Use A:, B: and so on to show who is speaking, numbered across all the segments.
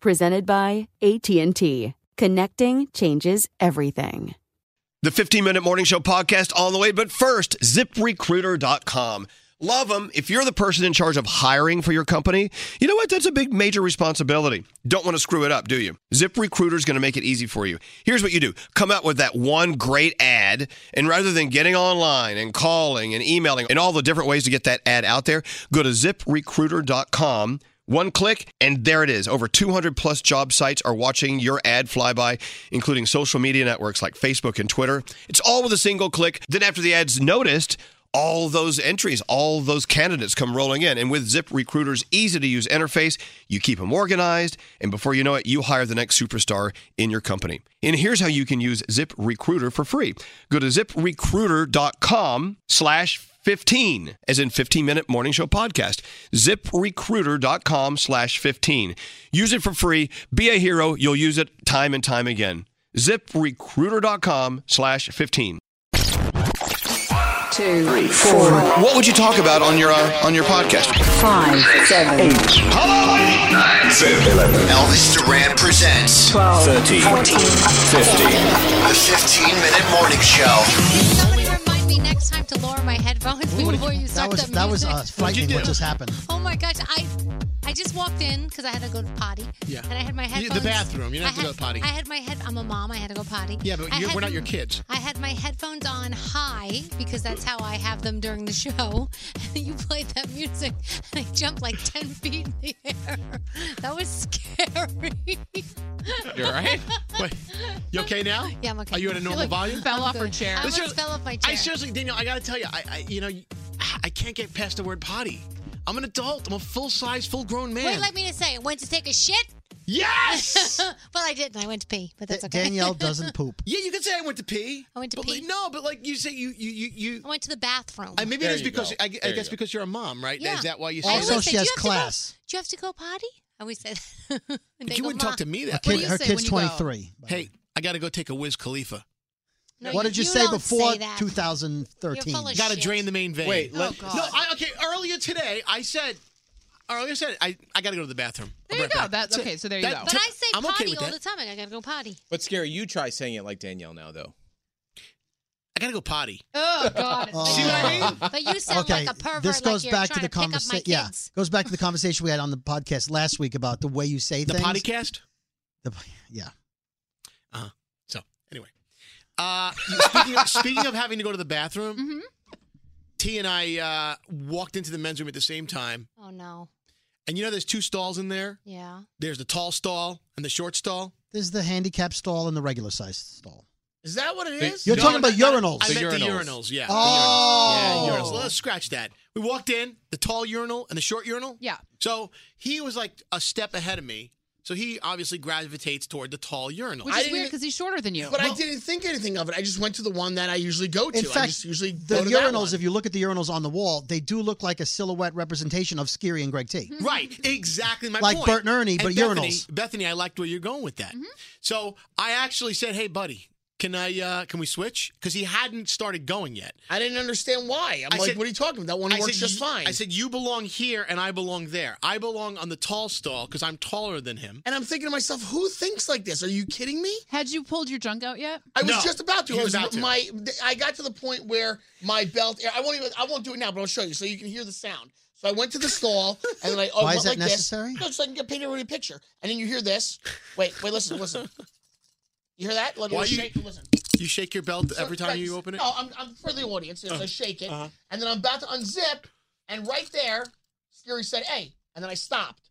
A: presented by AT&T. Connecting changes everything.
B: The 15 minute morning show podcast on the way, but first, ziprecruiter.com. Love them. If you're the person in charge of hiring for your company, you know what? That's a big, major responsibility. Don't want to screw it up, do you? ZipRecruiter is going to make it easy for you. Here's what you do come out with that one great ad, and rather than getting online and calling and emailing and all the different ways to get that ad out there, go to ziprecruiter.com. One click, and there it is. Over 200 plus job sites are watching your ad fly by, including social media networks like Facebook and Twitter. It's all with a single click. Then, after the ad's noticed, all those entries, all those candidates come rolling in. And with ZipRecruiter's easy to use interface, you keep them organized. And before you know it, you hire the next superstar in your company. And here's how you can use ZipRecruiter for free go to ziprecruiter.com slash 15 as in 15 minute morning show podcast ziprecruiter.com slash 15 use it for free be a hero you'll use it time and time again ziprecruiter.com slash 15
C: two, three,
B: four. What would you talk about on your uh, on your podcast?
C: five, seven, eight,
D: Elvis Duran presents
C: 12,
D: 13,
C: 14,
D: 15. The 15 Minute Morning Show.
E: Somebody remind me next time to lower my headphones before you
F: That
E: start
F: was
E: the
F: that was
E: music.
F: uh, frightening. What just happened?
E: Oh my gosh, I I I just walked in because I had to go to potty.
F: Yeah.
E: And I had my
F: You- the
E: headphones.
F: bathroom. You don't have to
E: I
F: go
E: had-
F: potty.
E: I had my head. I'm a mom. I had to go potty.
F: Yeah, but
E: I
F: you're,
E: had
F: we're not your
E: m-
F: kids.
E: I had my headphones on high because that's how I have them during the show. And you played that music, and I jumped like ten feet in the air. That was scary.
F: You're all right. Wait, you okay now?
E: Yeah, I'm okay.
F: Are you at a
E: I feel
F: normal
E: like
F: volume?
E: you fell I'm off her good. chair. I almost
F: seriously-
E: fell off my chair.
F: I seriously, Daniel, I gotta tell you, I, I you know, I can't get past the word potty. I'm an adult. I'm a full size, full grown man.
E: Wait, let me to say, I went to take a shit.
F: Yes.
E: well, I didn't. I went to pee, but that's okay.
G: Danielle doesn't poop.
F: yeah, you can say I went to pee.
E: I went to
F: But,
E: pee.
F: No, but like you say, you you you. you
E: I went to the bathroom.
F: and maybe it is because I, I guess because you're a mom, right?
E: Yeah.
F: Is that why you?
E: I
F: say
E: always
F: that?
E: say, "Do you have to go- Do you have to go potty? I always said. that. And they
F: You
E: go,
F: wouldn't
E: "Ma."
F: talk to me that.
G: Her kid- her kid's 23.
F: Hey, I gotta go take a whiz Khalifa.
E: No,
G: what
E: you-
G: did you,
E: you
G: say
E: don't
G: before
E: say that.
G: 2013?
E: You're full of
F: Gotta
E: shit.
F: drain the main vein.
B: Wait, let- Oh,
F: no. I, okay, earlier today I said, earlier said I I gotta go to the bathroom. There
H: you go. That- okay, so there you go.
E: But I say
F: I'm
E: potty
F: okay with
E: all
F: that.
E: the time. I gotta go potty.
I: But scary, you try saying it like Danielle now, though.
F: I gotta go potty.
E: Oh God!
G: See what I mean?
E: But you sound
G: okay,
E: like a pervert.
G: this
E: like
G: goes
E: you're
G: back to
E: trying
G: the
E: pick up my
G: conversation. Yeah,
E: kids.
G: goes back to the conversation we had on the podcast last week about the way you say
F: The
G: things.
F: potty cast.
G: The- yeah.
F: Uh-huh. So anyway, uh, speaking, of, speaking of having to go to the bathroom, T and I uh, walked into the men's room at the same time,
E: Oh no!
F: and you know there's two stalls in there.
E: Yeah.
F: There's the tall stall and the short stall.
G: There's the handicap stall and the regular size stall.
F: Is that what it
G: The-
F: is?
G: You're talking about urinals.
F: I
G: The
F: meant the
G: urinals.
F: urinals. Yeah.
G: Oh.
F: The urinals. Yeah, urinals. Let's scratch that. We walked in the tall urinal and the short urinal.
H: Yeah.
F: So he was like a step ahead of me. So he obviously gravitates toward the tall urinal.
H: Which is weird because he's shorter than you.
J: But
E: Oh
J: I didn't think anything of it. I just went to the one that I usually go to.
G: In
J: I
G: fact,
J: just usually
G: the
J: go to that one.
G: urinals, if you look at the urinals on the wall, they do look like a silhouette representation of Skiri and Greg T.
F: Right, exactly my
G: Like
F: point.
G: Bert and Ernie, but
F: Bethany,
G: urinals.
F: Bethany, I liked where you're going with
H: Mm-hmm.
F: that. So I actually said, "Hey, buddy, can I uh can we switch?" Because he hadn't started going yet.
J: I didn't understand why. I'm
F: I
J: like,
F: said-
J: what are you talking about? That one
F: I
J: works
F: said,
J: just
F: "You-
J: fine.
F: I said, "You belong here, and I belong there. I belong on the tall stall because I'm taller than him."
J: and I'm thinking to myself, who thinks like this? Are you kidding me?
H: Had you pulled your junk out yet?
J: I was
F: No,
J: just about to.
F: he
J: I
F: was
J: was
F: about to.
J: my. I got to the point where my belt. I won't even. I won't do it now, but I'll show you so you can hear the sound. So I went to the stall and then I.
G: Why
J: went
G: is that
J: like
G: necessary?
J: This. No, so I can get painted a picture. And then you hear this. Wait, wait, listen, listen. You hear that? Let
F: Why
J: me
F: you-
J: shake. Listen.
F: You shake your belt every time
J: Right.
F: you open it.
J: No, I'm, I'm for the audience. Yes, I shake it,
F: uh-huh.
J: and then I'm about to unzip, and right there, Scary said, "Hey," and then I stopped,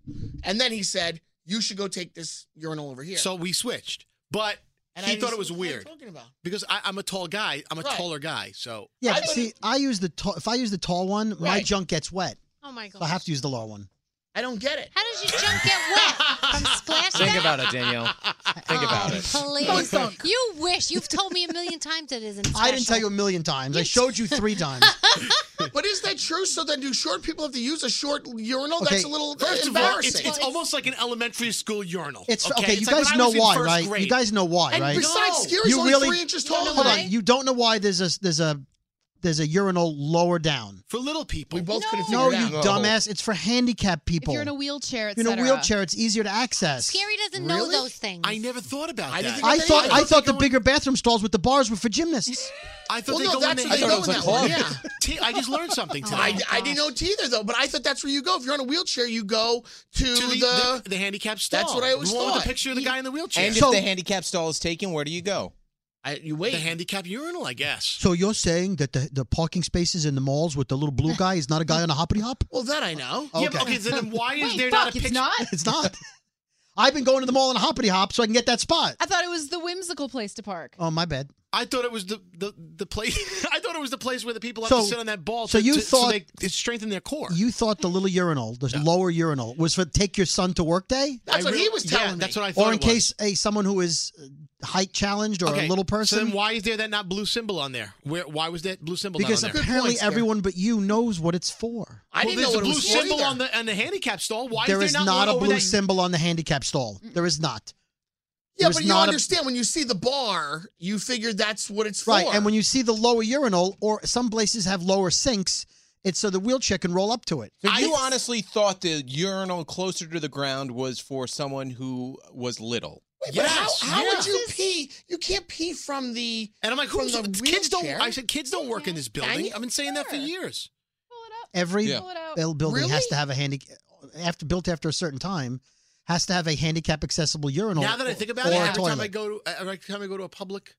J: and then he said, "You should go take this urinal over here."
F: So we switched, but
J: and
F: he
J: I
F: thought
J: didn't
F: it was
J: see what they were
F: weird
J: Talking about.
F: because I, I'm a tall guy. I'm a
J: Right.
F: taller guy, so
G: Yeah,
J: I
G: but
J: would-
G: see, I use the tall. If I use the tall one, my
J: Right.
G: junk gets wet.
E: Oh my
G: So
E: God!
G: I have to use the lower one.
J: I don't get it.
E: How does your junk get wet from splashback?
I: Think about it, Danielle. Think
G: Ah.
I: about it.
E: Please. you wish. You've told me a million times it isn't.
G: I didn't
E: special.
G: tell you a million times. I showed you three times.
J: But is that true? So then, do short people have to use a short urinal?
G: Okay.
J: That's a little
F: First of all, it's,
J: embarrassing.
F: it's almost like an elementary school urinal.
G: It's okay.
F: It's
G: you
F: like when
G: guys
F: I
G: know
F: was in
G: why,
F: first
G: right?
F: grade.
G: You guys know why,
J: and
G: right?
J: besides,
F: No.
J: Scary's
G: You
J: only
G: really-
J: three inches
E: You don't
J: taller.
E: know
G: Hold
J: than
G: on.
J: me.
G: You don't know why there's a there's a there's a urinal lower down.
F: for little people.
J: We both couldn't
G: No,
J: figure it
G: you
J: out.
G: dumbass. It's for handicapped
H: If
G: people.
H: you're in a wheelchair,
G: If you're in a
H: etc.
G: wheelchair, it's easier to access.
E: Scary doesn't know
J: Really?
E: those things.
F: I never thought about
J: I
F: that.
J: didn't think
G: I
J: They-
G: thought
J: I
G: I
J: thought
G: thought
J: they
G: the
J: go
G: bigger bathroom stalls with the bars were for gymnastics.
F: I thought
J: Well,
F: they
J: no,
F: go
J: that's
F: in
J: what
F: there.
J: they go in that one. Yeah.
F: T- I just learned something today.
J: I, I didn't know it either though, but I thought that's where you go. If you're on a wheelchair, you go to,
F: to the, the, the handicap stall.
J: That's what I always
F: the one With
J: thought.
F: the picture of the guy in the wheelchair.
I: And
G: So-
I: if the handicap stall is taken, where do you go?
J: I, you
F: the
J: wait.
F: handicap urinal, I guess.
G: So you're saying that the, the parking spaces in the malls with the little blue guy is not a guy on a hoppity hop?
J: well, that I know.
F: Yeah, but okay. Then why is
H: Wait,
F: there
H: fuck,
F: not a
H: it's
F: picture?
H: not?
G: It's not. I've been going to the mall on a hoppity hop so I can get that spot.
H: I thought it was the whimsical place to park.
G: Oh my bad.
F: I thought it was the, the, the place. I thought it was the place where the people have
G: So-
F: to sit on that ball.
G: so
F: to,
G: you
F: to,
G: thought-
F: so they it strengthen their core.
G: You thought the little urinal, the lower urinal, was for take your son to work day?
J: That's
F: I
J: what
F: really-
J: he was
F: yeah,
J: telling me.
F: That's what I thought.
G: Or in
F: it was.
G: case a someone who is uh, height challenged or
F: okay,
G: a little
F: So
G: person?
F: then why is there that not blue symbol on there? Where? Why was that blue symbol?
G: because
F: not on there?
G: apparently
J: points there.
G: everyone but you knows what it's for.
J: I
F: well,
J: didn't
F: there's
J: know
F: a
J: what it
F: blue
J: was for
F: symbol
J: either.
F: on the on the handicap stall. Why
G: there
F: is
G: is
F: there
G: not
F: one
G: a
F: over
G: blue
F: that-
G: symbol on the handicap stall. There is not.
J: Yeah,
G: There's
J: but you
G: not a-
J: understand when you see the bar, you figure that's what it's
G: Right.
J: for.
G: And when you see the lower urinal, or some places have lower sinks, it's so the wheelchair can roll up to it.
I: So you honestly thought the urinal closer to the ground was for someone who was little.
J: Wait, but how,
F: Yes,
J: how
F: yeah.
J: would you pee? You can't pee from the.
F: And I'm like,
J: from
F: who's
J: the
F: kids don't?
J: wheelchair?
F: I said kids don't work in this building.
J: Danny?
F: I've been saying that for
H: Sure.
F: years.
H: Pull it up.
G: Every
I: Yeah.
H: Pull it out.
G: building has
J: Really?
G: to have a handicap. after built after a certain time has to have a handicap accessible urinal.
F: Now that I
G: or-
F: think about it,
G: or a
F: every time
G: toilet.
F: I go to every time I go to a public,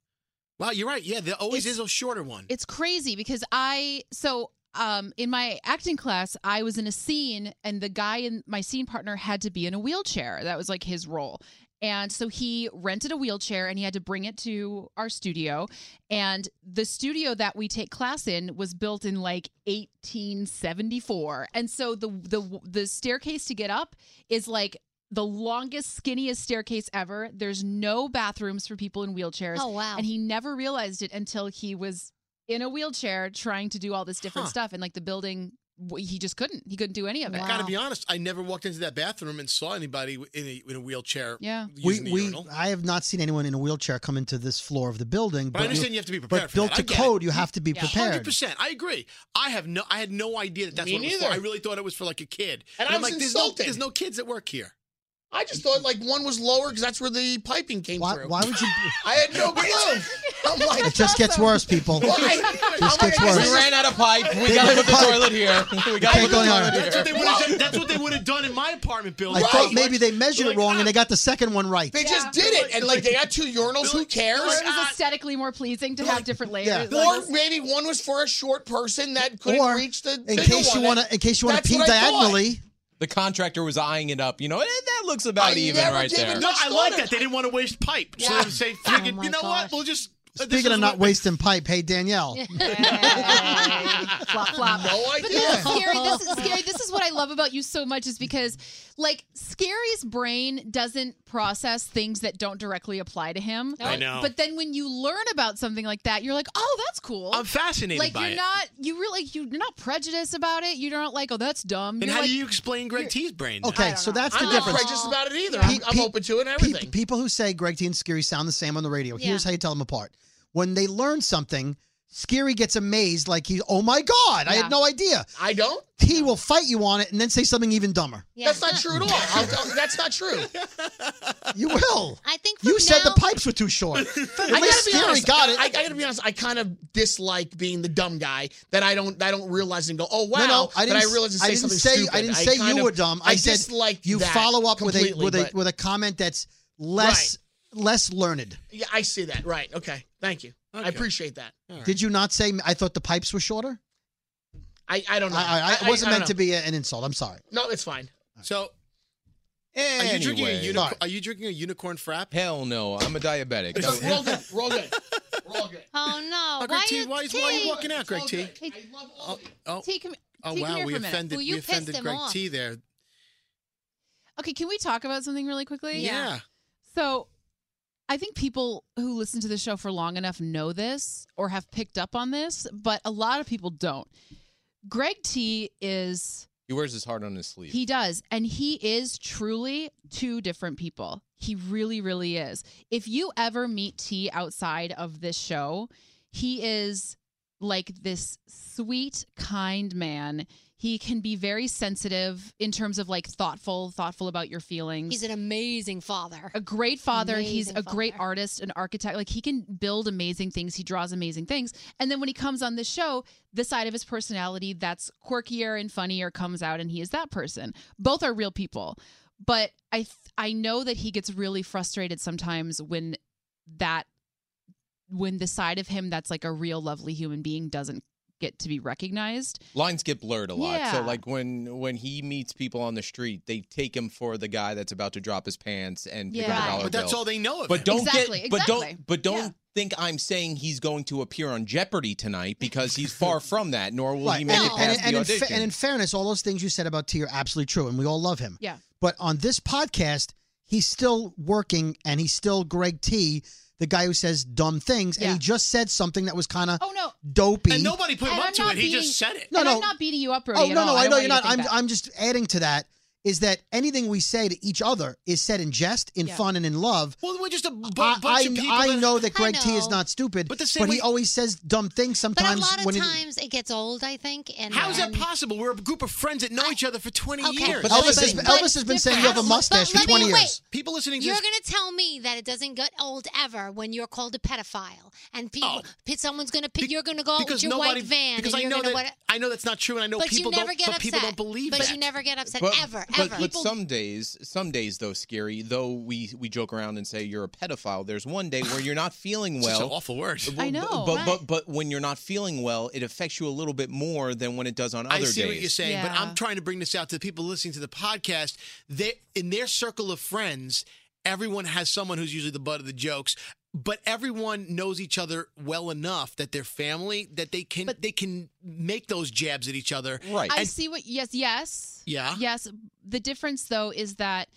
F: wow, you're right. Yeah, there always is a shorter one.
H: It's crazy because I so um in my acting class I was in a scene and the guy in my scene partner had to be in a wheelchair. That was like his role. And so he rented a wheelchair and he had to bring it to our studio. And the studio that we take class in was built in like 1874. And so the the the staircase to get up is like the longest, skinniest staircase ever. There's no bathrooms for people in wheelchairs.
E: Oh, wow.
H: And he never realized it until he was in a wheelchair trying to do all this different
F: Huh.
H: stuff. And like the building, w- he just couldn't. He couldn't do any of it.
F: I gotta be honest. I never walked into that bathroom and saw anybody in a, in a wheelchair.
H: Yeah.
G: We,
F: using the
G: we
F: urinal.
G: I have not seen anyone in a wheelchair come into this floor of the building.
F: But I understand you have to be prepared
G: But
F: for
G: built
F: that. I
G: to
F: get
G: code,
F: it.
G: you have to be
F: Hundred
G: prepared.
F: percent. I agree. I have no. I had no idea that that's
J: Me
F: what it was for.
J: neither.
F: I really thought it was for like a kid.
J: And I
F: I'm
J: was
F: like, there's no,
J: insulted.
F: there's no kids that work here.
J: I just thought like one was lower because that's where the piping came through.
G: Why would you?
J: I had no clue. I'm like,
G: It just gets worse, people.
J: Why?
G: just gets
I: We
G: worse.
I: ran out of pipe. We
G: They
I: got to put
G: got
I: the
G: pipe.
I: toilet here. We got to put the
G: Can't go any
I: toilet
G: harder.
I: here.
F: That's what they would have done. That's what they would have done in my apartment
G: I
F: building.
G: thought maybe they measured it wrong and they got the second one right.
J: They just did it, and like they got two urinals. Who cares?
H: Or it was aesthetically more pleasing to have different layers.
G: Yeah.
H: levels.
J: Or maybe one was for a short person that couldn't
G: Or,
J: reach the.
G: in
J: bigger
G: case you
J: one.
G: wanna- in case you wanna
J: That's
G: pee
J: what I thought.
G: diagonally.
I: The contractor was eyeing it up. You know, eh, that looks
J: I
I: about even
J: never
I: right
J: gave
I: there.
J: it
F: No,
J: much
F: I
J: thought
F: like
J: of
F: that. They didn't want to waste pipe, so they would say,
H: Oh
F: "Figured, you know what? We'll just." uh, this
G: Speaking
F: is
G: of
F: what-
G: not wasting pipe, hey Danielle,
H: flop flop.
J: No
H: But
J: idea.
H: this is scary. This is scary. This is what I love about you so much is because like Scary's brain doesn't process things that don't directly apply to him.
F: I know.
H: But then when you learn about something like that, you're like, oh, that's cool.
F: I'm fascinated
H: Like
F: by
H: you're
F: it.
H: not you really you're not prejudiced about it. You're not like, oh, that's dumb.
F: And
H: you're
F: how
H: like,
F: do you explain Greg T's brain? then?
G: Okay, so that's the
J: I'm not
G: difference.
J: prejudiced about it either.
G: Pe-
J: I'm, I'm
G: pe-
J: open to it and
G: pe-
J: everything.
G: people who say Greg T and Scary sound the same on the radio.
J: Yeah.
G: Here's how you tell them apart. When they learn something, Scary gets amazed, like he, oh my god, I
J: Yeah.
G: had no idea.
J: I don't.
G: T will fight you on it and then say something even dumber.
J: That's not true at all. I'll- that's not true.
G: You will.
E: I think from
G: You said
E: now-
G: the pipes were too short.
J: I
G: At
J: gotta
G: least
J: be
G: Scary
J: honest,
G: got it.
J: I, I gotta be honest. I kind of dislike being the dumb guy that I don't. I don't realize and go, oh wow.
G: no, no, I
J: but
G: didn't.
J: I realize and say
G: I didn't
J: something
G: say
J: stupid.
G: I didn't say
J: kind
G: you
J: of-
G: were dumb. I, said
J: dislike
G: you
J: that
G: follow up with a
J: completely,
G: with a
J: but-
G: with a comment that's less less learned.
J: Yeah, I see that. Right. Okay. Thank you. I appreciate that.
G: Did you not say I thought the pipes were shorter?
J: I, I don't know.
G: I, I, it wasn't
J: I don't
G: meant to
J: know.
G: be a- an insult. I'm sorry.
J: No, it's fine.
F: So, are you drinking a
I: Anyway.
F: unicorn?
I: Sorry.
F: Are you drinking a unicorn frap?
I: Hell no, I'm a diabetic.
F: It's all-
J: Roll good. Roll good. Roll good.
E: Oh no!
F: Oh, Greg T, why, is, why are you walking out, Greg T? Oh, oh,
H: T, come-
F: oh
H: T, come
F: wow,
H: here
F: we
H: for a minute.
F: offended,
H: Will you
F: we
H: piss
F: offended
H: them
F: Greg
H: off?
F: T there.
H: Okay, can we talk about something really quickly?
F: Yeah.
H: So I think people who listen to the show for long enough know this or have picked up on this, but a lot of people don't. Greg T is
I: He wears his heart on his sleeve.
H: he does and he is truly two different people. He really really is. If you ever meet T outside of this show, he is like this sweet, kind man. He can be very sensitive in terms of like thoughtful, thoughtful about your feelings.
E: He's an amazing father.
H: A great father. He's
E: Amazing
H: a great artist, an architect. Like he can build amazing things. He draws amazing things. And then when he comes on this show, the side of his personality that's quirkier and funnier comes out, and he is that person. Both are real people, but I th- I know that he gets really frustrated sometimes when that when the side of him that's like a real lovely human being doesn't get to be recognized.
I: Lines get blurred a lot.
H: Yeah.
I: So like when when he meets people on the street, they take him for the guy that's about to drop his pants and pick up
H: Yeah.
I: a dollar
F: But that's
I: bill.
F: all they know of
I: But
F: him.
I: don't
H: Exactly,
I: get but
H: exactly.
I: don't but don't think I'm saying he's going to appear on Jeopardy tonight because he's far from that, nor will he
G: Right.
I: make
G: And,
I: it
G: and-
I: past
G: and
I: the
G: in fa-
I: audition.
G: and in fairness, all those things you said about T are absolutely true, and we all love him.
H: Yeah.
G: But on this podcast, he's still working, and he's still Greg T, the guy who says dumb things, and he just said something that was kind of
H: Oh no.
G: dopey.
F: And nobody put him
H: And
F: up
H: I'm
F: to
H: not
F: it. He
H: being-
F: just said it.
G: No,
H: and
G: no.
H: I'm not beating you up, Brody.
G: Oh
H: at
G: no,
H: all.
G: no,
H: I
G: I
H: don't
G: know
H: want
G: you're
H: you to
G: not.
H: think
G: I'm
H: that.
G: I'm just adding to that is that anything we say to each other is said in jest, in
F: Yeah.
G: fun, and in love.
F: Well, we're just a bu-
G: I,
F: bunch
G: I,
F: of people.
G: I
F: that-
G: know that
E: I
G: Greg T is
E: know.
G: not stupid,
F: But
G: but,
F: the same way-
G: he always says dumb things
E: But a
G: sometimes.
E: lot of
G: when he-
E: times it gets old, I think. And
F: How is that
E: and-
F: possible? We're a group of friends that know each other for 20
E: Okay.
F: years.
G: But Elvis has, been- Elvis has been saying you have a
E: But
G: mustache for
E: let me-
G: 20 years.
E: wait.
F: People listening to
E: You're
F: this
E: going to tell me that it doesn't get old ever when you're called a pedophile and people, someone's going to pick, you're going to go out with your white van
F: Oh. because
E: and
F: I
E: you're
F: know
E: going to
F: that
E: what?
F: I know that's not true, and I know
E: but
F: people
E: you never
F: don't.
E: get
F: but
E: upset.
F: people don't believe
E: But
F: that.
E: you never get upset ever,
I: but,
E: ever.
I: But some days, some days though, scary though we we joke around and say you're a pedophile. There's one day where you're not feeling
F: Such
I: well.
F: an awful word.
I: Well,
F: I know,
I: But but,
F: right.
I: but but when you're not feeling well, it affects you a little bit more than when it does on other
F: I see
I: days.
F: what you're saying, but I'm trying to bring this out to the people listening to the podcast. They in their circle of friends, everyone has someone who's usually the butt of the jokes, but everyone knows each other well enough that they're family that they can they can make those jabs at each other. Right.
H: I see what. Yes, yes.
F: Yeah.
H: Yes. The difference, though, is that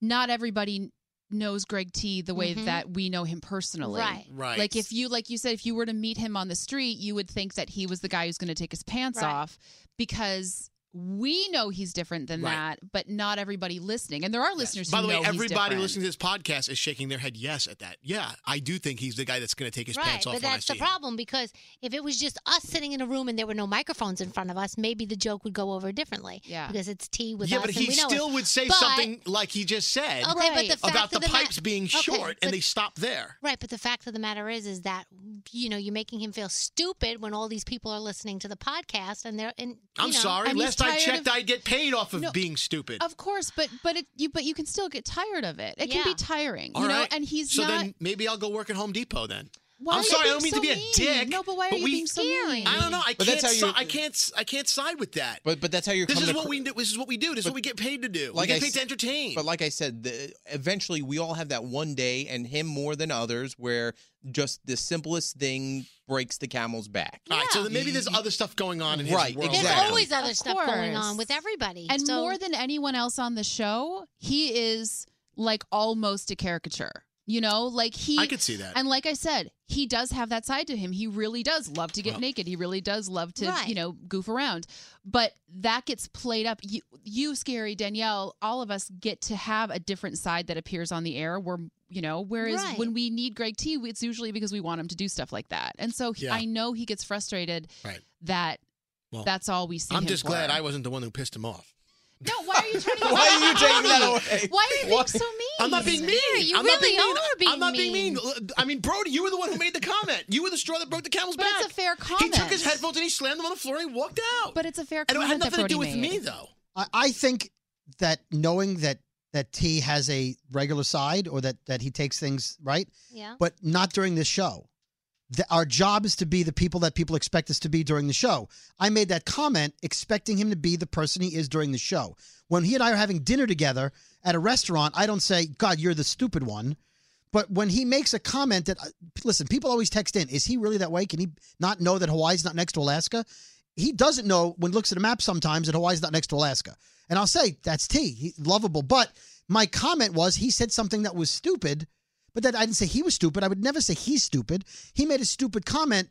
H: not everybody knows Greg T the way
E: Mhm.
H: that we know him personally.
E: Right. Right.
H: Like if you, like you said, if you were to meet him on the street, you would think that he was the guy who's going to take his pants
E: Right.
H: off because. We know he's different than
F: Right.
H: that, but not everybody listening. And there are listeners
F: By
H: who
F: the way,
H: know he's
F: everybody
H: different.
F: listening to this podcast is shaking their head yes at that. Yeah, I do think he's the guy that's going to take his
E: right,
F: pants off
E: but
F: when I
E: that's
F: see
E: the
F: him.
E: problem because if it was just us sitting in a room and there were no microphones in front of us, maybe the joke would go over differently. Yeah, because it's tea with
F: yeah,
E: us.
F: but
E: and
F: he
E: we know
F: still
E: it.
F: would say
E: But-
F: something like he just said
E: Okay, but the fact
F: about the
E: of the ma-
F: pipes being
E: Okay,
F: short,
E: but-
F: and they stop there.
E: Right, but the fact of the matter is, is that you know you're making him feel stupid when all these people are listening to the podcast and they're and
F: I'm
E: you know-
F: sorry. Last I checked, I get paid off of
H: No,
F: being stupid.
H: Of course, but but it, you but you can still get tired of it. It can be tiring,
F: All
H: you know.
F: right.
H: And he's
F: so
H: not.
F: then maybe I'll go work at Home Depot then.
H: Why
F: I'm
H: are you
F: sorry, I
H: being
F: don't mean
H: so
F: to be a
H: mean?
F: dick.
H: No, but why are you
F: we-
H: being so mean?
F: I don't know. I
I: But
F: can't.
I: that's how
F: si-
I: you're-
F: I can't. I can't side with that.
I: But but that's how you're.
F: This
I: coming
F: is what
I: acro-
F: we do. This is what we do. This is
I: But-
F: what we get paid to do. we get
I: I
F: paid
I: s-
F: to entertain.
I: But like I said, the, eventually we all have that one day, and him more than others, where just the simplest thing breaks the camel's back.
F: All right, so then maybe there's other stuff going on in his
I: Right,
F: world.
I: exactly.
E: There's always other
H: Of
E: stuff going
H: course.
E: on with everybody,
H: and
E: so-
H: more than anyone else on the show, he is like almost a caricature. You know, like he.
F: I could see that.
H: And like I said, he does have that side to him. He really does love to get
F: Well-
H: naked. He really does love to,
E: Right.
H: you know, goof around. But that gets played up. You, you, scary Danielle, all of us get to have a different side that appears on the air. Where you know, whereas
E: Right.
H: when we need Greg T, it's usually because we want him to do stuff like that. And so he,
F: Yeah.
H: I know he gets frustrated
F: Right.
H: that
F: Well,
H: that's all we see.
F: I'm
H: him
F: just
H: for.
F: glad I wasn't the one who pissed him off.
H: No, why are you trying to?
F: Why are you taking that away?
H: Why are you being so mean?
F: I'm not being mean.
H: Mary, you
F: I'm not
H: really
F: being mean.
H: are being
F: I'm not being
H: mean.
F: mean. I mean, Brody, you were the one who made the comment. You were the straw that broke the camel's
H: But
F: back.
H: it's a fair
F: He took
H: comment.
F: his headphones and he slammed them on the floor and he walked out.
H: But it's a fair
F: And it had
H: comment that
F: nothing to do with
H: Brody made.
F: me though.
G: I, I think that knowing that that T has a regular side or that that he takes things right,
E: Yeah.
G: but not during this show. The, our job is to be the people that people expect us to be during the show. I made that comment expecting him to be the person he is during the show. When he and I are having dinner together at a restaurant, I don't say, "God, you're the stupid one." But when he makes a comment that, uh, listen, people always text in, is he really that way? Can he not know that Hawaii's not next to Alaska? He doesn't know when he looks at a map sometimes that Hawaii's not next to Alaska. And I'll say, that's T, he, lovable. But my comment was he said something that was stupid, but that I didn't say he was stupid. I would never say he's stupid. He made a stupid comment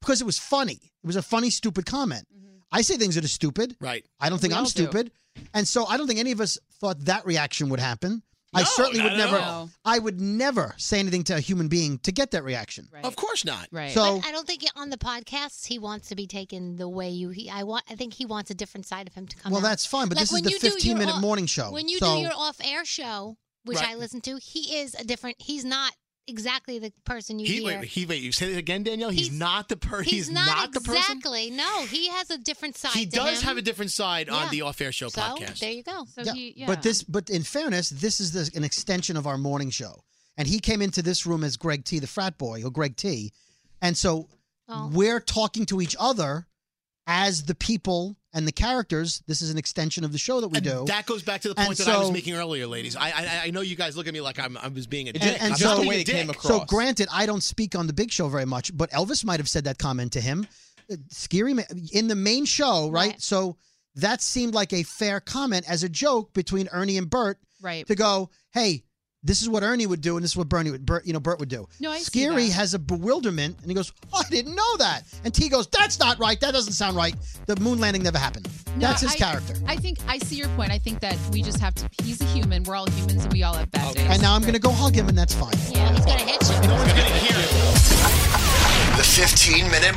G: because it was funny. It was a funny, stupid comment.
E: Mm-hmm.
G: I say things that are stupid.
F: Right.
G: I don't think
F: We
G: I'm
F: all do.
G: stupid. And so I don't think any of us thought that reaction would happen. I
F: No,
G: certainly would
F: not at
G: never.
F: all.
G: I would never say anything to a human being to get that reaction.
F: Of course not.
G: Right. So-
E: But I don't think on the podcasts he wants to be taken the way you. He, I want. I think he wants a different side of him to come.
G: Well,
E: out.
G: that's fine, but
E: Like,
G: this is
E: when
G: the
E: you do your
G: 15 minute
E: off-
G: morning show,
E: When you
G: so-
E: do your off-air show, which
F: Right.
E: I listen to, he is a different. He's not exactly the person you
F: He
E: hear.
F: wait, wait, he wait. You said it again, Danielle. He's, not the person.
E: he's, not,
F: the person.
E: exactly. No, he has a different side.
F: He
E: to
F: does
E: him.
F: have a different side on
E: Yeah.
F: the off-air show
E: so,
F: podcast.
E: There you go. So
H: he,
G: But this, but in fairness, this is the, an extension of our morning show, and he came into this room as Greg T, the frat boy, or Greg T, and so
E: Oh.
G: we're talking to each other as the people and the characters. This is an extension of the show that we do.
F: That goes back to the
G: And
F: point that I was
G: so-
F: making earlier, ladies. I, I I know you guys look at me like I'm I was being a dick.
G: And, and
F: I'm
G: so,
F: not being a dick.
G: so granted, I don't speak on the big show very much, but Elvis might have said that comment to him. Uh, Scary ma- in the main show, right? So that seemed like a fair comment as a joke between Ernie and Bert,
H: Right.
G: To go, hey, this is what Ernie would do, and this is what Bernie would, Bert, you know, Bert would do.
H: No, I see
G: Scary
H: that.
G: has a bewilderment, and he goes, "Oh, I didn't know that, and T goes, that's not right. That doesn't sound right. The moon landing never happened.
H: No,
G: that's his
H: I-
G: character.
H: I think I see your point. I think that we just have to. He's a human. We're all humans, and we all have bad days.
G: And now I'm going to go hug him, and that's fine.
E: Yeah, he's gonna hit you.
D: The 15 minute